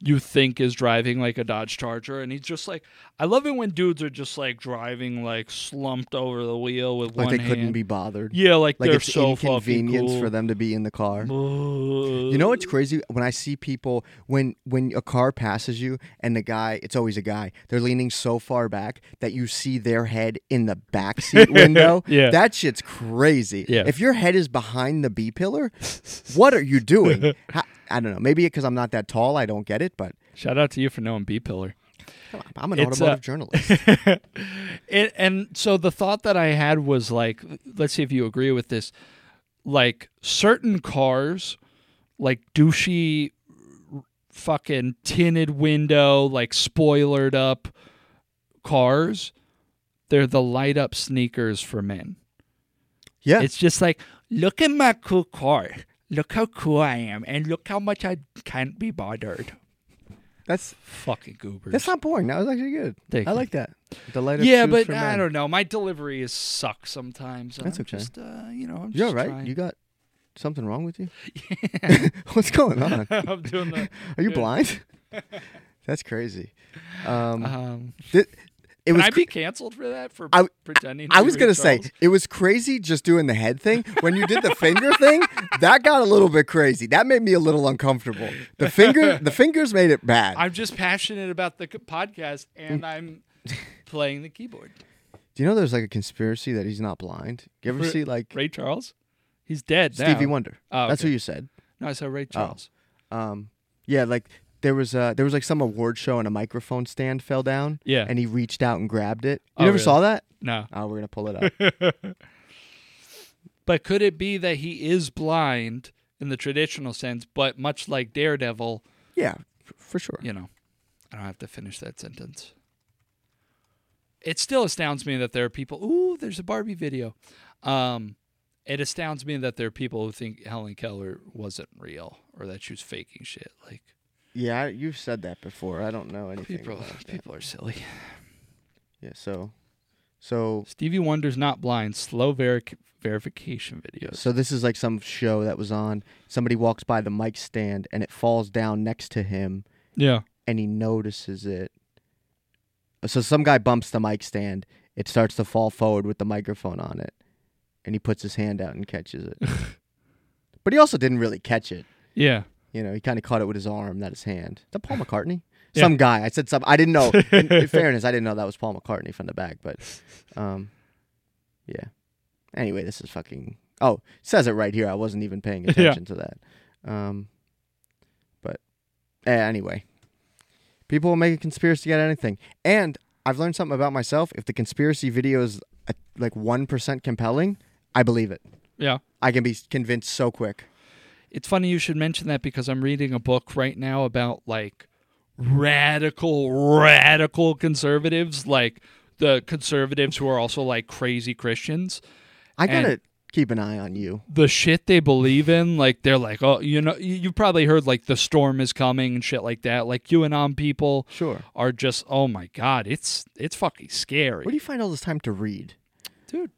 Speaker 2: you think is driving like a Dodge Charger and he's just like I love it when dudes are just like driving like slumped over the wheel with
Speaker 3: Like
Speaker 2: one
Speaker 3: they couldn't
Speaker 2: hand.
Speaker 3: be bothered.
Speaker 2: yeah like,
Speaker 3: Like
Speaker 2: they're
Speaker 3: it's
Speaker 2: so
Speaker 3: inconvenience
Speaker 2: fucking
Speaker 3: for them to be in the car.
Speaker 2: cool.
Speaker 3: You know what's crazy? When I see people when when a car passes you and the guy, it's always a guy. They're leaning so far back that you see their head in the back seat window.
Speaker 2: <laughs> Yeah.
Speaker 3: that shit's crazy.
Speaker 2: Yeah.
Speaker 3: if your head is behind the B pillar, what are
Speaker 2: <laughs>
Speaker 3: you doing? How, I don't know. Maybe because I'm not that tall, I don't get it. But
Speaker 2: Shout out to you for knowing B pillar.
Speaker 3: I'm an
Speaker 2: It's, uh,
Speaker 3: automotive journalist. <laughs>
Speaker 2: and, and so the thought that I had was like, let's see if you agree with this. Like certain cars, like douchey, r- fucking tinted window, like spoilered up cars, They're the light up sneakers for men.
Speaker 3: Yeah.
Speaker 2: It's just like, look at my cool car. Look how cool I am, and look how much I can't be bothered.
Speaker 3: that's
Speaker 2: Fucking goobers.
Speaker 3: that's not boring. That was actually good.
Speaker 2: Thank
Speaker 3: I
Speaker 2: you.
Speaker 3: like that. The light up
Speaker 2: yeah,
Speaker 3: shoes
Speaker 2: but
Speaker 3: for
Speaker 2: I
Speaker 3: men.
Speaker 2: don't know. My delivery is suck sometimes. and
Speaker 3: That's
Speaker 2: I'm
Speaker 3: okay.
Speaker 2: Just, uh, you know, I'm
Speaker 3: You're all
Speaker 2: just
Speaker 3: right.
Speaker 2: trying.
Speaker 3: You got something wrong with you? <laughs> What's going on? Are
Speaker 2: <laughs> <laughs> I'm doing
Speaker 3: <laughs>
Speaker 2: the.
Speaker 3: you
Speaker 2: <laughs>
Speaker 3: blind? That's crazy. Um,
Speaker 2: Um,
Speaker 3: thi- it
Speaker 2: can
Speaker 3: was
Speaker 2: I
Speaker 3: cr-
Speaker 2: be canceled for that? For
Speaker 3: I-
Speaker 2: pretending.
Speaker 3: I
Speaker 2: be
Speaker 3: was
Speaker 2: Ray
Speaker 3: gonna say
Speaker 2: Charles?
Speaker 3: it was crazy just doing the head thing. When you did the finger
Speaker 2: <laughs>
Speaker 3: thing, that got a little bit crazy. That made me a little uncomfortable.
Speaker 2: <laughs>
Speaker 3: The finger, the fingers made it bad.
Speaker 2: I'm just passionate about the c- podcast, and
Speaker 3: <laughs>
Speaker 2: I'm playing the keyboard.
Speaker 3: Do you know there's like a conspiracy that he's not blind? You ever
Speaker 2: Ra-
Speaker 3: see like
Speaker 2: Ray Charles, he's dead.
Speaker 3: Stevie Oh.
Speaker 2: now.
Speaker 3: Wonder?
Speaker 2: Oh,
Speaker 3: That's
Speaker 2: okay.
Speaker 3: who you said.
Speaker 2: No, I said Ray Charles.
Speaker 3: Um, yeah, like there was uh there was like some award show and a microphone stand fell down.
Speaker 2: Yeah.
Speaker 3: and he reached out and grabbed it.
Speaker 2: Oh,
Speaker 3: You never
Speaker 2: really?
Speaker 3: saw that?
Speaker 2: No,
Speaker 3: Oh, we're gonna pull it
Speaker 2: <laughs>
Speaker 3: up.
Speaker 2: but could it be that he is blind in the traditional sense, but much like Daredevil,
Speaker 3: yeah, f- for sure.
Speaker 2: you know, I don't have to finish that sentence. It still astounds me that there are people. Ooh, there's a Barbie video. Um, it astounds me that there are people who think Helen Keller wasn't real or that she was faking shit. Like
Speaker 3: Yeah, I- you've said that before. I don't know anything.
Speaker 2: people,
Speaker 3: about that.
Speaker 2: people are silly.
Speaker 3: Yeah, so, so,
Speaker 2: Stevie Wonder's not blind. Slow veric verification videos.
Speaker 3: so this is like some show that was on. Somebody walks by the mic stand and it falls down next to him,
Speaker 2: yeah.
Speaker 3: and he notices it. So some guy bumps the mic stand. It starts to fall forward with the microphone on it, and he puts his hand out and catches it. but he also didn't really catch it.
Speaker 2: Yeah.
Speaker 3: You know, he kind of caught it with his arm, not his hand. Is
Speaker 2: <laughs>
Speaker 3: that Paul McCartney?
Speaker 2: Yeah.
Speaker 3: Some guy. I said some. I
Speaker 2: <laughs>
Speaker 3: didn't know. In, in fairness, I didn't know that was Paul McCartney from the back. But, um, yeah. Anyway, this is fucking. Oh, it says it right here. I wasn't even paying
Speaker 2: Yeah.
Speaker 3: attention to that. Um, but eh, anyway, people will make a conspiracy out of anything. And I've learned something about myself. If the conspiracy video is uh, like one percent compelling, I believe it.
Speaker 2: Yeah.
Speaker 3: I can be convinced so quick.
Speaker 2: It's funny you should mention that because I'm reading a book right now about like radical, radical conservatives, like the conservatives who are also like crazy Christians.
Speaker 3: I
Speaker 2: And-
Speaker 3: gotta keep an eye on you.
Speaker 2: The shit they believe in, like they're like, oh, you know, you- you've probably heard like the storm is coming and shit like that. Like QAnon people
Speaker 3: Sure.
Speaker 2: are just, oh my god, it's it's fucking scary,
Speaker 3: Where do you find all this time
Speaker 2: <laughs>
Speaker 3: to read?
Speaker 2: dude.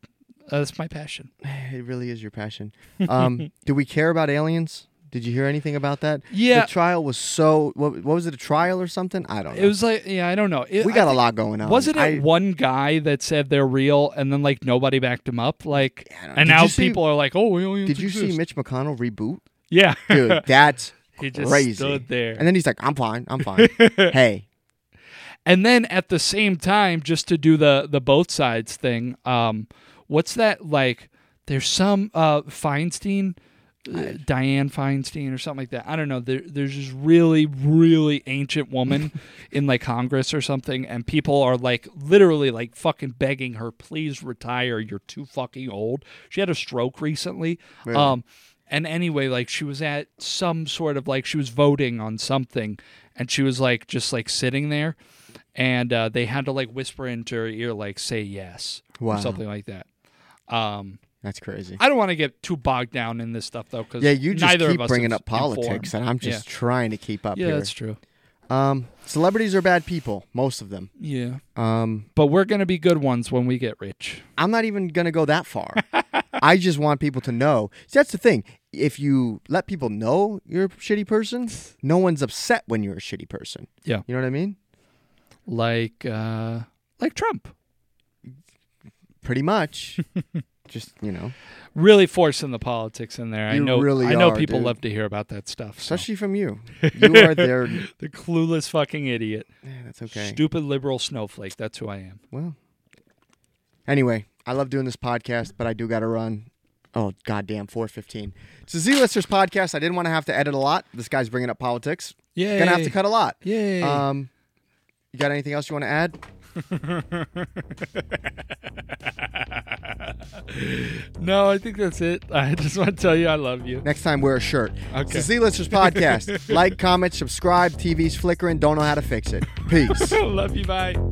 Speaker 2: Uh, that's my passion.
Speaker 3: It really is your passion. Um, do we care about aliens? Did you hear anything about that?
Speaker 2: Yeah.
Speaker 3: The trial was so. What, what was it? A trial or something? I don't know.
Speaker 2: It was like, yeah, I don't know. It-
Speaker 3: we
Speaker 2: I
Speaker 3: got a
Speaker 2: think-
Speaker 3: lot going on.
Speaker 2: Wasn't it
Speaker 3: I-
Speaker 2: one guy that said they're real, and then like nobody backed him up? Like,
Speaker 3: I don't-
Speaker 2: and
Speaker 3: Did
Speaker 2: now
Speaker 3: you see-
Speaker 2: people are like, "Oh, aliens
Speaker 3: Did you
Speaker 2: exist.
Speaker 3: see Mitch McConnell
Speaker 2: <laughs>
Speaker 3: reboot?
Speaker 2: Yeah,
Speaker 3: Dude, that's
Speaker 2: He just
Speaker 3: crazy.
Speaker 2: stood there.
Speaker 3: And then he's like, "I'm fine. I'm
Speaker 2: <laughs>
Speaker 3: fine." hey,
Speaker 2: <laughs> and then at the same time, just to do the the both sides thing, um, what's that like? There's some uh Feinstein, uh, Diane Feinstein or something like that. I don't know. There, there's this really really ancient woman in like Congress or something, and people are like literally like fucking begging her, please retire. You're too fucking old. She had a stroke recently. Um, and anyway, like she was at some sort of like she was voting on something, and she was like just like sitting there, and uh, they had to like whisper into her ear like say yes
Speaker 3: Wow.
Speaker 2: or something like that. Um,
Speaker 3: that's crazy.
Speaker 2: I don't want to get too bogged down in this stuff though, because
Speaker 3: yeah, you just
Speaker 2: neither
Speaker 3: keep
Speaker 2: of us
Speaker 3: bringing
Speaker 2: is
Speaker 3: up politics,
Speaker 2: informed.
Speaker 3: and I'm just trying to keep up
Speaker 2: yeah, yeah
Speaker 3: here.
Speaker 2: that's true.
Speaker 3: Um, celebrities are bad people, most of them.
Speaker 2: Yeah,
Speaker 3: Um,
Speaker 2: but we're gonna be good ones when we get rich.
Speaker 3: I'm not even going to go that far. I just want people to know. See, that's the thing. If you let people know you're a shitty person, no one's upset when you're a shitty person.
Speaker 2: Yeah.
Speaker 3: You know what I mean?
Speaker 2: Like uh, like Trump,
Speaker 3: Pretty much. <laughs> just, you know,
Speaker 2: really forcing the politics in there. I
Speaker 3: You
Speaker 2: know.
Speaker 3: really
Speaker 2: I know
Speaker 3: are,
Speaker 2: people
Speaker 3: dude.
Speaker 2: love to hear about that stuff. so.
Speaker 3: especially
Speaker 2: <laughs>
Speaker 3: from you. You are there.
Speaker 2: The clueless fucking idiot.
Speaker 3: Yeah, that's okay.
Speaker 2: Stupid liberal snowflake. That's who I am.
Speaker 3: well, anyway, I love doing this podcast, but I do got to run. Oh, goddamn, 415. It's a Z Listers podcast. I didn't want to have to edit a lot. This guy's bringing up politics.
Speaker 2: Yeah.
Speaker 3: Gonna have to cut a lot.
Speaker 2: Yay.
Speaker 3: Um, you got anything else you want to add?
Speaker 2: no, I think that's it. <laughs> I just want to tell you I love you.
Speaker 3: Next time, wear a shirt. It's
Speaker 2: Okay.
Speaker 3: the Z Listers podcast. like, comment, subscribe. TV's flickering. Don't know how to fix it.
Speaker 2: <laughs>
Speaker 3: Peace.
Speaker 2: love you. Bye.